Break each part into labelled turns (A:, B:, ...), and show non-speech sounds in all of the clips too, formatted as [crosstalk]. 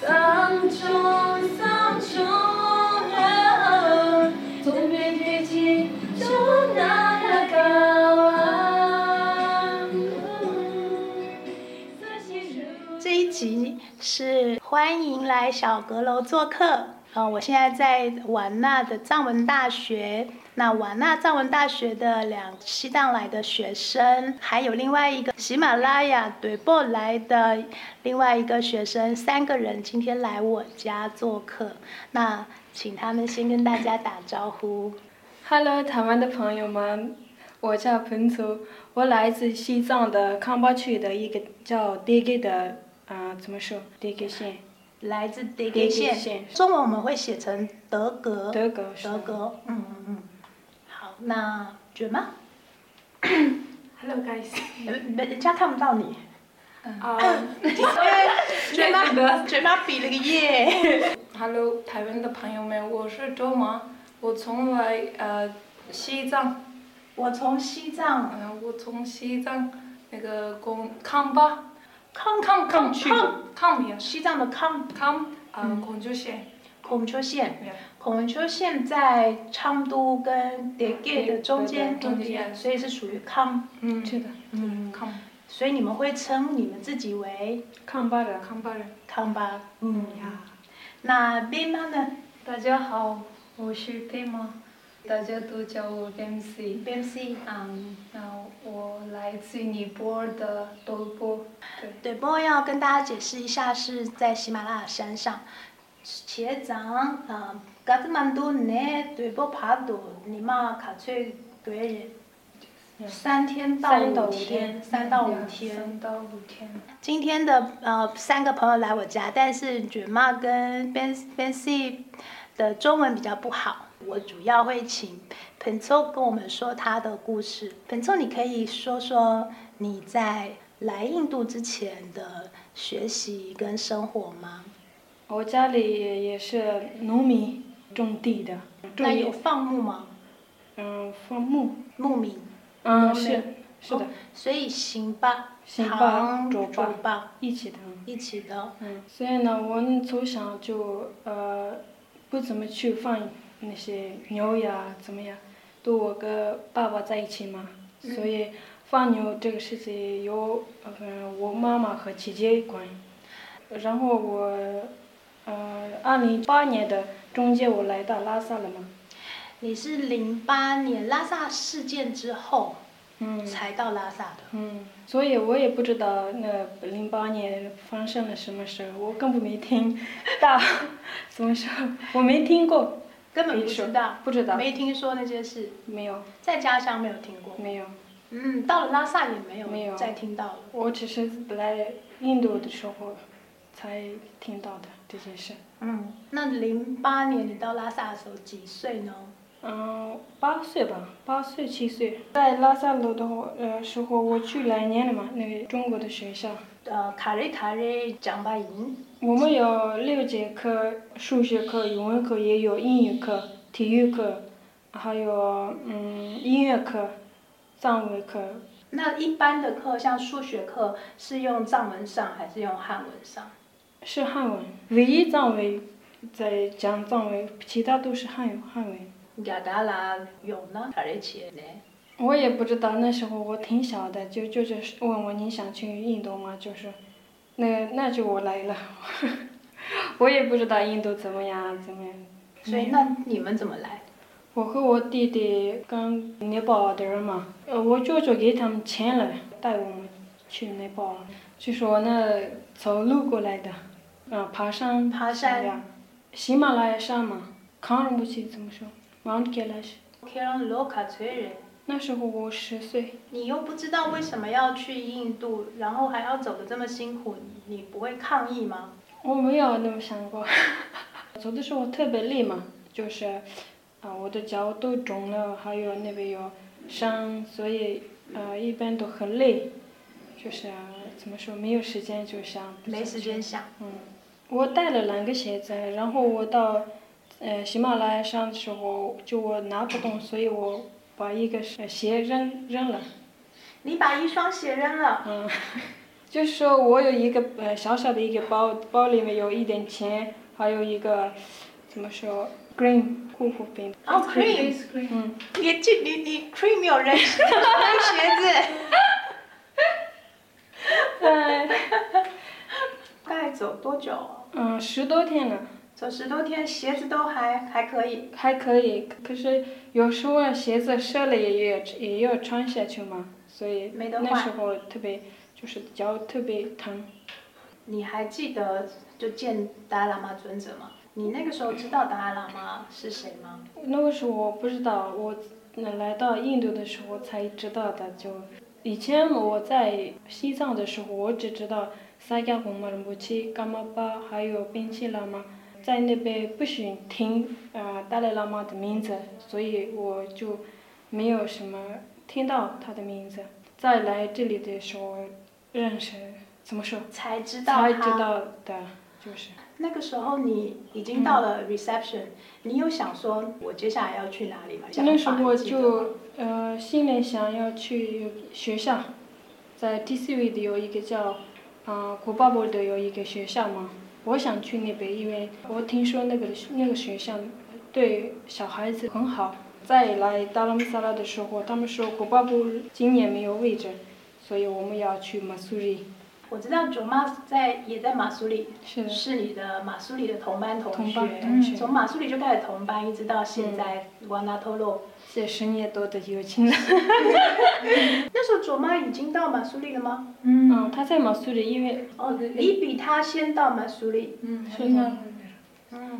A: 丧钟，丧钟啊，总比飞机中那的高啊。
B: 这一集是欢迎来小阁楼做客。呃，我现在在瓦纳的藏文大学。那瓦纳藏文大学的两西藏来的学生，还有另外一个喜马拉雅对波来的另外一个学生，三个人今天来我家做客。那请他们先跟大家打招呼。
A: Hello，台湾的朋友们，我叫彭祖，我来自西藏的康巴区的一个叫 DG 的，啊、怎么说 DG 县，
B: 来自德格
A: 德格
B: 县
A: 县，
B: 中文我们会写成德格。
A: 德格是
B: 德格，嗯嗯嗯。好，那卷吗？
A: Hello guys，
B: 呃没人家看不到你。
A: 啊、
B: 卷妈，卷妈比了个耶。
A: Hello，台湾的朋友们，我是周萌，我从来呃西藏，
B: 我从西藏
A: 嗯、我从西藏那个工康巴
B: 康
A: 康康去
B: 康
A: 康边
B: 西藏的康
A: 康啊广州县，
B: 孔丘县，
A: Yeah
B: 孔丘县在昌都跟迭给的中间，
A: 中间
B: 所以是属于康。
A: 嗯，是的，
B: 嗯，
A: 康
B: 所以你们会称你们自己为
A: 康巴人，康巴人。
B: 康吧？嗯呀。那贝妈呢
C: 大家好，我是贝妈，大家都叫我 MC。
B: ？B M C。
C: 嗯，那我来自尼泊尔的多波。对，
B: 对，不过要跟大家解释一下，是在喜马拉雅山上，且长啊，噶子蛮多呢，对不爬多，你嘛卡翠对人，三天到
A: 三到
B: 五
A: 五
B: 天，
A: 天
B: 三到五
C: 两
B: 天。
C: 三到五天。
B: 今天的呃三个朋友来我家，但是卷妈跟 Ben Ben C 的呃中文比较不好，我主要会请 p e n c o 跟我们说他的故事。p e n c o 你可以说说你在来印度之前的学习跟生活吗？
A: 我家里也也是农民种地的，种
B: 那
A: 野
B: 有放牧吗？
A: 嗯放牧，
B: 牧民，
A: 嗯是是的，
B: 所以行吧，
A: 行吧
B: 糖
A: 走吧
B: 走吧
A: 一起的。
B: 一起的。
A: 嗯，所以呢，我们从小就呃不怎么去放那些牛呀怎么样，都我跟爸爸在一起嘛，所以放牛这个事情由呃我妈妈和姐姐管，然后我呃二零一八年的中间我来到拉萨了嘛，
B: 你是零八年拉萨事件之后
A: 嗯。
B: 才到拉萨的。
A: 嗯，所以我也不知道那零八年发生了什么事儿，我根本没听 [laughs] 到，怎么说，我没听过，
B: 根本不
A: 没事
B: 知道，
A: 不知道
B: 没听说那些事，
A: 没有，
B: 在家乡没有听过。
A: 没有，
B: 嗯，到了拉萨也没有
A: 没有
B: 再听到了。
A: 我只是来印度的时候才听到的这件事。
B: 嗯，那零八年你到拉萨的时候几岁呢？
A: 嗯，八岁吧，八岁七岁，在拉萨路的话呃时候，我去来年了嘛，那个中国的学校，
B: 呃，卡瑞卡瑞讲巴营，
A: 我们有六节课，数学课、语文课，也有英语课、体育课，还有嗯音乐课、藏文课。
B: 那一般的课像数学课是用藏文上还是用汉文上？
A: 是汉文，唯一藏文在讲藏文，其他都是汉语汉文。
B: 雅达拉有呢，卡瑞切呢？
A: 我也不知道，那时候我挺小的，就就是问我你想去印度吗？就是，那那就我来了， [laughs] 我也不知道印度怎么样怎么样。
B: 所
A: 嗯
B: 以那你们怎么来？
A: 我和我弟弟跟尼泊尔的人嘛，呃，我舅舅给他们钱了，带我们去尼泊尔，就是我那走路过来的，嗯，爬山，哎
B: 爬山
A: 呀，喜马拉雅山嘛，康仁不去怎么说，Mount Kailash。
B: 可以让罗卡催人。
A: 那时候我十岁，
B: 你又不知道为什么要去印度，然后还要走的这么辛苦，你你不会抗议吗？
A: 我没有那么想过， [laughs] 走的时候特别累嘛，就是，啊、我的脚都肿了，还有那边有伤，所以呃一般都很累，就是、啊怎么说没有时间就想
B: 没时间想。
A: 嗯，我带了两个鞋子，然后我到，呃，喜马拉雅山的时候，就我拿不动，所以我把一个呃鞋扔扔了。
B: 你把一双鞋扔了，
A: 嗯，就是说我有一个呃小小的一个包，包里面有一点钱，还有一个怎么说 cream 护肤品。
B: 哦
C: It's
B: ，cream，
C: It's cream.
A: 嗯，
B: 你这你你 cream 有人 [laughs] 穿鞋子，大
A: 在
B: 概哎走多久？
A: 嗯十多天了，
B: 走十多天，鞋子都还还可以。
A: 还可以。可是有时候鞋子湿了也也也要穿下去嘛，所以
B: 没得
A: 那
B: 换
A: 时候特别就是脚特别疼。
B: 你还记得就见达赖喇嘛尊者吗？你那个时候知道达赖喇嘛是谁吗？
A: 那个时候我不知道，我呃来到印度的时候才知道的。就以前我在西藏的时候，我只知道萨迦红玛木奇、噶玛巴，还有宾奇喇嘛。在那边不许听呃达赖喇嘛的名字，所以我就没有什么听到他的名字。再来这里的时候，认识怎么说
B: 才知道
A: 才
B: 他。
A: 知道的，就是
B: 那个时候你已经
A: 嗯
B: 到了 reception，、你有想说我接下来要去哪里吗？
A: 那时候
B: 想法记得吗
A: 就呃，心里想要去学校，在 TCV 的有一个叫呃古巴博的有一个学校嘛，我想去那边，因为我听说那个那个学校对小孩子很好。再来达拉姆萨拉的时候，他们说古巴博今年没有位置，所以我们要去马苏里。
B: 我知道卓妈在也在马苏里，
A: 是的，
B: 是你的马苏里的同班同
A: 同
B: 学，
A: 班嗯同学，
B: 从马苏里就开始同班，一直到现在瓦纳托洛。
A: 这十年多的友情了。
B: 那时候卓妈已经到马苏里了吗？
A: 嗯，他在马苏里，因为
B: 哦，你比她先到马苏里。
A: 嗯是的，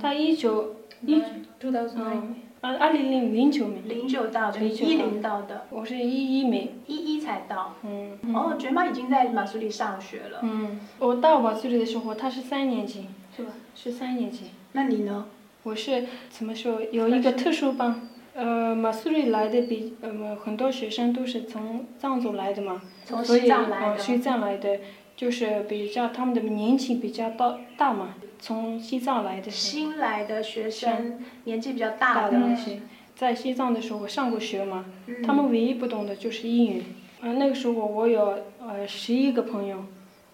A: 他一九
B: 嗯
A: 一
C: 2009.
A: 嗯，二二零零零九年。
B: 零九到的，
A: 09
B: 一零到的，
A: 我是一一名，
B: 一一才到。
A: 嗯
B: 哦，卓妈已经在马苏里上学了。
A: 嗯，我到马苏里的时候，他是三年级，是吧？是三年级，
B: 那你呢？
A: 我是怎么说？有一个特殊班，呃，马苏里来的比呃很多学生都是从藏族来的嘛，
B: 从
A: 所
B: 西
A: 以
B: 藏来
A: 呃
B: 的。
A: 西藏来的，就是比较他们的年纪比较大大嘛，从西藏来的是
B: 新来的学生，年纪比较大
A: 大的
B: 的，
A: 那些，在西藏的时候我上过学嘛，
B: 嗯
A: 他们唯一不懂的就是英语。嗯、那个时候我有呃十一个朋友，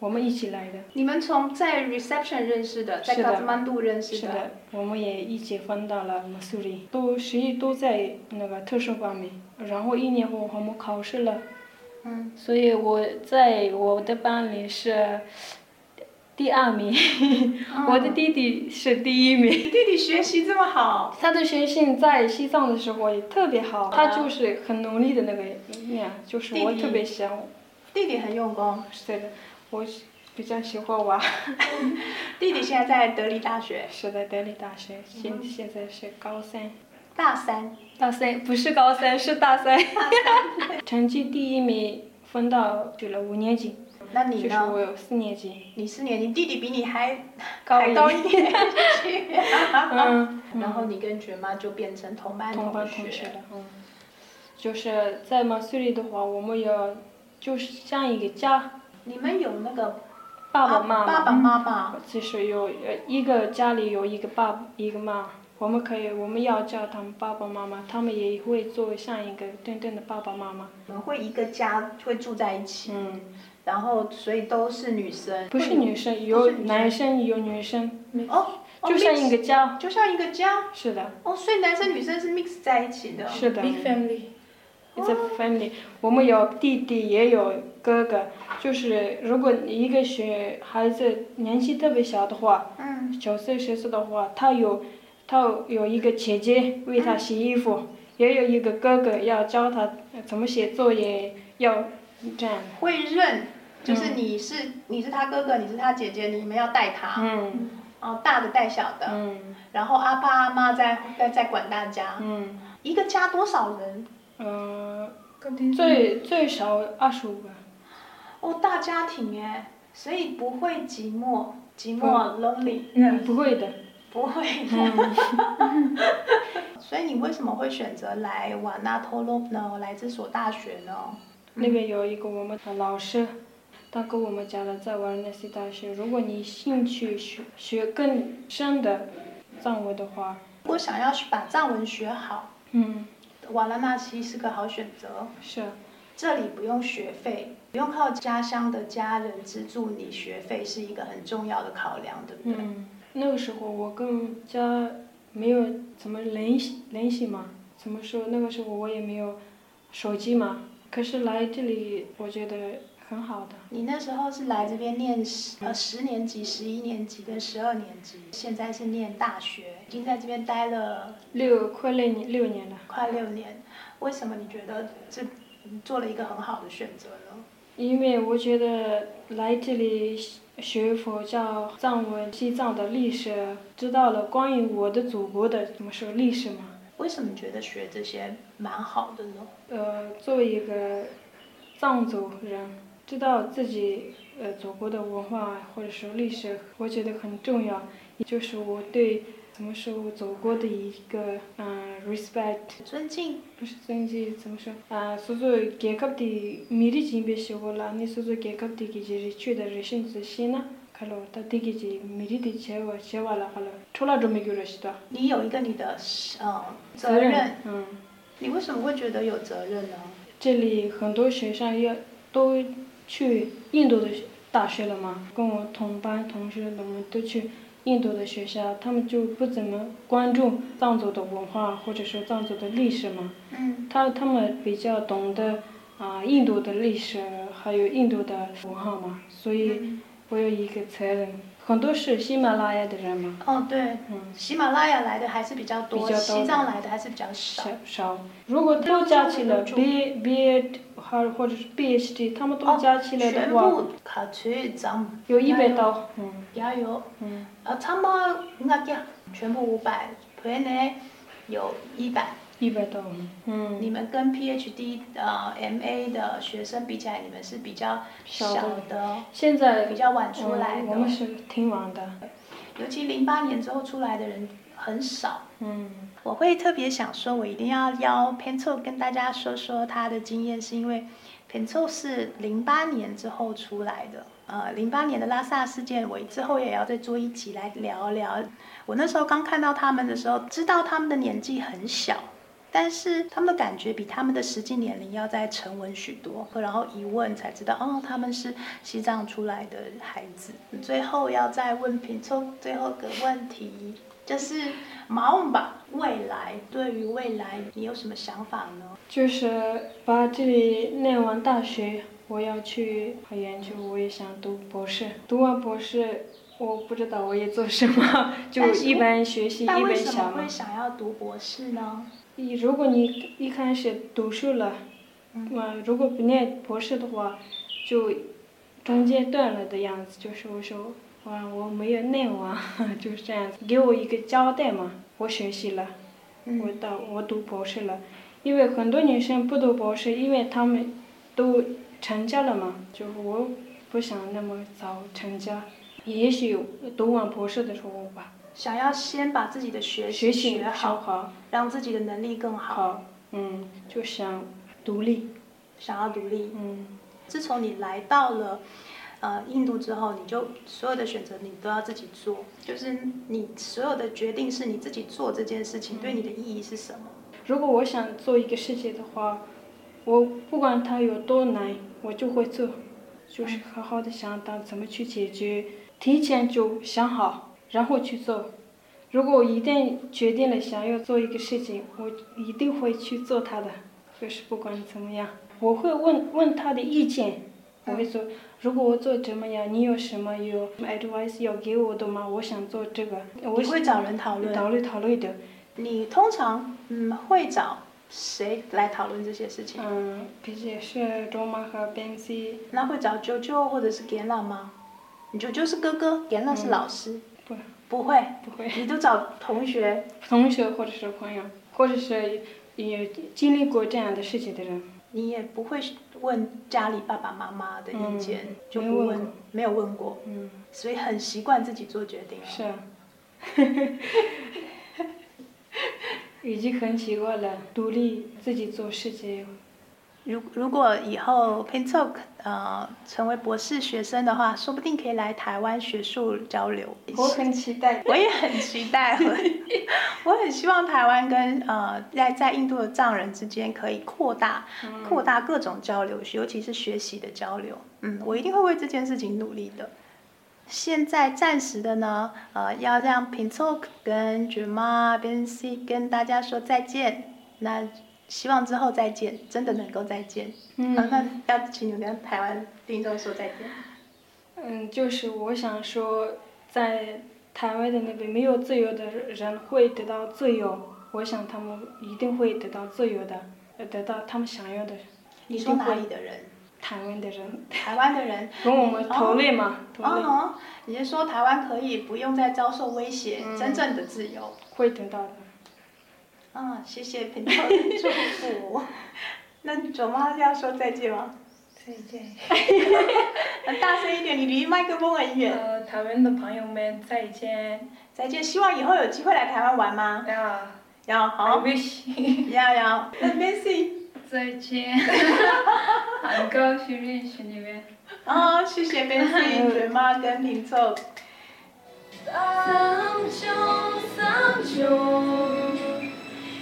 A: 我们一起来的。
B: 你们从在 reception 认识的，在
A: 是的
B: Kathmandu 认识
A: 是的，我们也一起分到了马苏里，都十一都在那个特殊方面。然后一年后我们考试了，
B: 嗯，
A: 所以我在我的班里是第二名，
B: 啊
A: 我的弟弟是第一名。
B: 你哦弟弟学习这么好，
A: 他的学习在西藏的时候也特别好，他就是很努力的那个那样，就是我
B: 弟弟
A: 特别想，
B: 弟弟很用功， [laughs]
A: 是的，我比较喜欢玩。
B: 弟弟现在在德里大学
A: [laughs] 是的，德里大学，现现在是高三。
B: 大三，
A: 大三不是高三，是大三。 [laughs] 成绩第一名分到去了五年级，
B: 那
A: 就
B: 你
A: 是
B: 呢？
A: 我有四年级。
B: 你四年级，弟弟比你还
A: 高
B: 还
A: 一
B: 高一点， [laughs] 啊
A: 嗯，
B: 然后你跟觉妈就变成啊同班
A: 同班同学了。嗯，就是在马苏里的话，我们有就是像一个家，
B: 你们有那个
A: 爸爸妈
B: 爸
A: 妈，
B: 啊爸妈妈，
A: 就是有呃一个家里有一个爸一个妈。我们可以，我们要叫他们爸爸妈妈，他们也会做像一个真正的爸爸妈嗯妈。
B: 你们会一个家会住在一起，
A: 嗯，
B: 然后所以都是女生，
A: 不是女生，
B: 不
A: 有
B: 是女生
A: 男生有女生，
B: 哦，哦
A: 就像
B: mix
A: 一个家。
B: 就像一个家
A: 是的。
B: 哦，所以男生女生是 mix 在一起的。
A: 是的
C: Big family.
A: ，It's a family。我们有弟弟，也有哥哥。就是如果一个学孩子年纪特别小的话，
B: 嗯，
A: 九岁十岁的话，他有他有一个姐姐为他洗衣服，也有一个哥哥要教他呃怎么写作业，要这样。
B: 会认，
A: 嗯
B: 就是你是、你是他哥哥，你是他姐姐，你们要带他，
A: 嗯
B: 哦，大的带小的，
A: 嗯
B: 然后阿爸阿妈在在在管大家，
A: 嗯
B: 一个家多少人？
A: 嗯，
C: Continue.
A: 最最少二十五个。
B: 哦，大家庭哎，所以不会寂寞，寂寞 lonely，
A: 嗯，不会的。
B: 不会。
A: 嗯
B: 所以你为什么会选择来瓦纳托洛呢？来这所大学呢？
A: 那边有一个我们的老师，他跟我们讲了，在玩那些大学，如果你兴趣学学更深的藏文的话，
B: 如果想要把藏文学好，
A: 嗯，
B: 瓦拉纳西是个好选择。
A: 是，
B: 这里不用学费，不用靠家乡的家人资助你学费是一个很重要的考量，对不对？
A: 嗯，那个时候我跟家没有怎么联系联系嘛，怎么说？那个时候我也没有手机嘛，可是来这里我觉得很好的。
B: 你那时候是来这边念十呃十年级、十一年级跟十二年级，现在是念大学，已经在这边待了
A: 六快六年六年了，
B: 快六年。为什么你觉得这你做了一个很好的选择呢？
A: 因为我觉得来这里学佛教、藏文、西藏的历史，知道了关于我的祖国的怎么说历史嘛。
B: 为什么觉得学这些蛮好的呢？
A: 呃，作为一个藏族人，知道自己呃祖国的文化或者说历史，我觉得很重要，也就是我对怎么说我祖国的一个嗯、呃 respect，
B: 尊敬，
A: 不是尊敬，怎么说啊？所做改革的米的金别是我啦，你所做改革的给就是去的人生之心呢。看了，他这个是米的的结果，结果了，看了，除了这么一个是吧？
B: 你有一个你的嗯责任，，
A: 嗯。
B: 你为什么会觉得有责任呢？
A: 这里很多学生要都去印度的大学了嘛，跟我同班同学我们都去印度的学校，他们就不怎么关注藏族的文化或者说藏族的历史嘛，
B: 嗯，
A: 他他们比较懂得啊、印度的历史还有印度的文化嘛，所以我有一个责任，很多是喜马拉雅的人嘛，
B: 哦对，
A: 嗯，
B: 喜马拉雅来的还是比较多，
A: 比较多
B: 西藏来的还是比较少
A: 少。少，如果都加起来 B B A 还或者是 B H D，他们都加起来
B: 哦全
A: 的话。
B: 部考取咱们
A: 有一百刀，嗯
B: 加油！
A: 嗯，
B: 呃，他们应该讲全部五百，培呢有一百。
A: 一百刀，嗯，
B: 你们跟 PhD 呃 MA 的学生比起来，你们是比较
A: 小
B: 小
A: 的
B: 的，
A: 现在
B: 比较晚出来
A: 嗯我们
B: 的。
A: 是挺晚的，
B: 尤其零八年之后出来的人很少。
A: 嗯
B: 我会特别想说，我一定要邀 Penzo 跟大家说说他的经验，是因为 Penzo 是零八年之后出来的。呃，零八年的拉萨事件，我之后也要再做一集来聊聊。我那时候刚看到他们的时候，知道他们的年纪很小，但是他们的感觉比他们的实际年龄要再沉稳许多。然后一问才知道，哦，他们是西藏出来的孩子。最后要再问品聪最后个问题，就是毛姆吧，未来对于未来你有什么想法呢？
A: 就是把这里念完大学，我要去研究，我也想读博士，读完博士。我不知道我也做什么， [laughs] 就
B: 但是
A: 一边学习一
B: 但
A: 边
B: 为什么
A: 想嘛
B: 会。想要读博士呢？
A: 你如果你一开始读书了，嗯，如果不念博士的话，就中间断了的样子，就是我说，哇，我没有念完， [laughs] 就是这样子，给我一个交代嘛。我学习了，我
B: 嗯，
A: 到我读博士了，因为很多女生不读博士，因为她们都成家了嘛，就我不想那么早成家，也许读完博士的时候吧，
B: 想要先把自己的学
A: 学
B: 习
A: 习
B: 学
A: 好
B: 好，
A: 好，
B: 让自己的能力更好，
A: 好，嗯，就想独立，
B: 想要独立。
A: 嗯。
B: 自从你来到了呃印度之后，你就所有的选择你都要自己做，就是你所有的决定是你自己做这件事
A: 嗯
B: 情，对你的意义是什么？
A: 如果我想做一个事情的话，我不管它有多难，我就会做，就是好好的想到怎么去解决，提前就想好，然后去做。如果我一旦决定了想要做一个事情，我一定会去做它的，就是不管怎么样，我会问问他的意见。我会说，如果我做怎么样，你有什么有 advice 要给我的吗？我想做这个，我
B: 你会找人讨论，
A: 讨论讨论的。
B: 你通常嗯会找谁来讨论这些事情？
A: 嗯，毕竟是卓玛和 Benzi，
B: 那会找舅舅或者是 g e n a 吗？你舅舅是哥哥 g e n a 是老师，
A: 不
B: 不会，
A: 嗯不会，
B: 你都找同学。
A: 同学或者是朋友，或者是也经历过这样的事情的人，
B: 你也不会问家里爸爸妈妈的意见，
A: 嗯
B: 就
A: 没
B: 不
A: 问
B: 问
A: 过，
B: 没有问过，
A: 嗯，
B: 所以很习惯自己做决定了。
A: 是啊， [laughs] 已经很习惯了独立自己做事情，
B: 如如果以后 Pentok 呃成为博士学生的话，说不定可以来台湾学术交流。
A: 我很期待。
B: [laughs] 我也很期待，
A: [laughs]
B: 我很希望台湾跟呃在在印度的藏人之间可以扩大
A: 嗯
B: 扩大各种交流，尤其是学习的交流。嗯，我一定会为这件事情努力的。现在暂时的呢，呃，要让 Pintok 跟 Juma、Ben C 跟大家说再见。那希望之后再见，真的能够再见。
A: 嗯
B: 啊 [laughs] 那要请你们跟台湾听众说再见。
A: 嗯，就是我想说，在台湾的那边没有自由的人会得到自由，我想他们一定会得到自由的，呃得到他们想要的，
B: 你
A: 一
B: 说
A: 定
B: 哪
A: 会
B: 里。的人？
A: 台湾的人
B: 台湾的人。
A: 跟我们同类嘛，同类
B: 哦，你是说台湾可以不用再遭受威胁，
A: 嗯
B: 真正的自由？
A: 会得到的。
B: 嗯，谢谢平头的 [laughs] 祝福。那九妈要说再见吗？
C: 再见。
B: 那大声一点，你离麦克风很远。
C: 呃，台湾的朋友们再见。
B: 再见，希望以后有机会来台湾玩吗？
C: 呀、
B: 要
C: I
B: 好，
C: wish [laughs]
B: 要要。那 Nancy，
C: 再 [laughs] 见。很高兴认识你们。
B: 哦，谢谢 [laughs] Nancy、九妈跟平头。
C: 三中三中，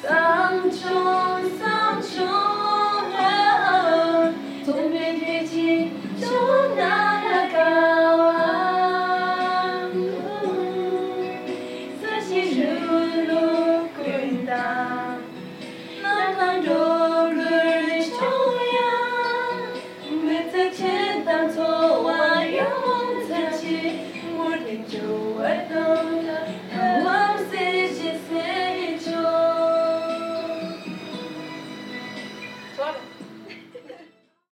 C: 三中三中啊，从北边起，从南来高啊，四季如露滚烫，满汉柔日中央，每次见到错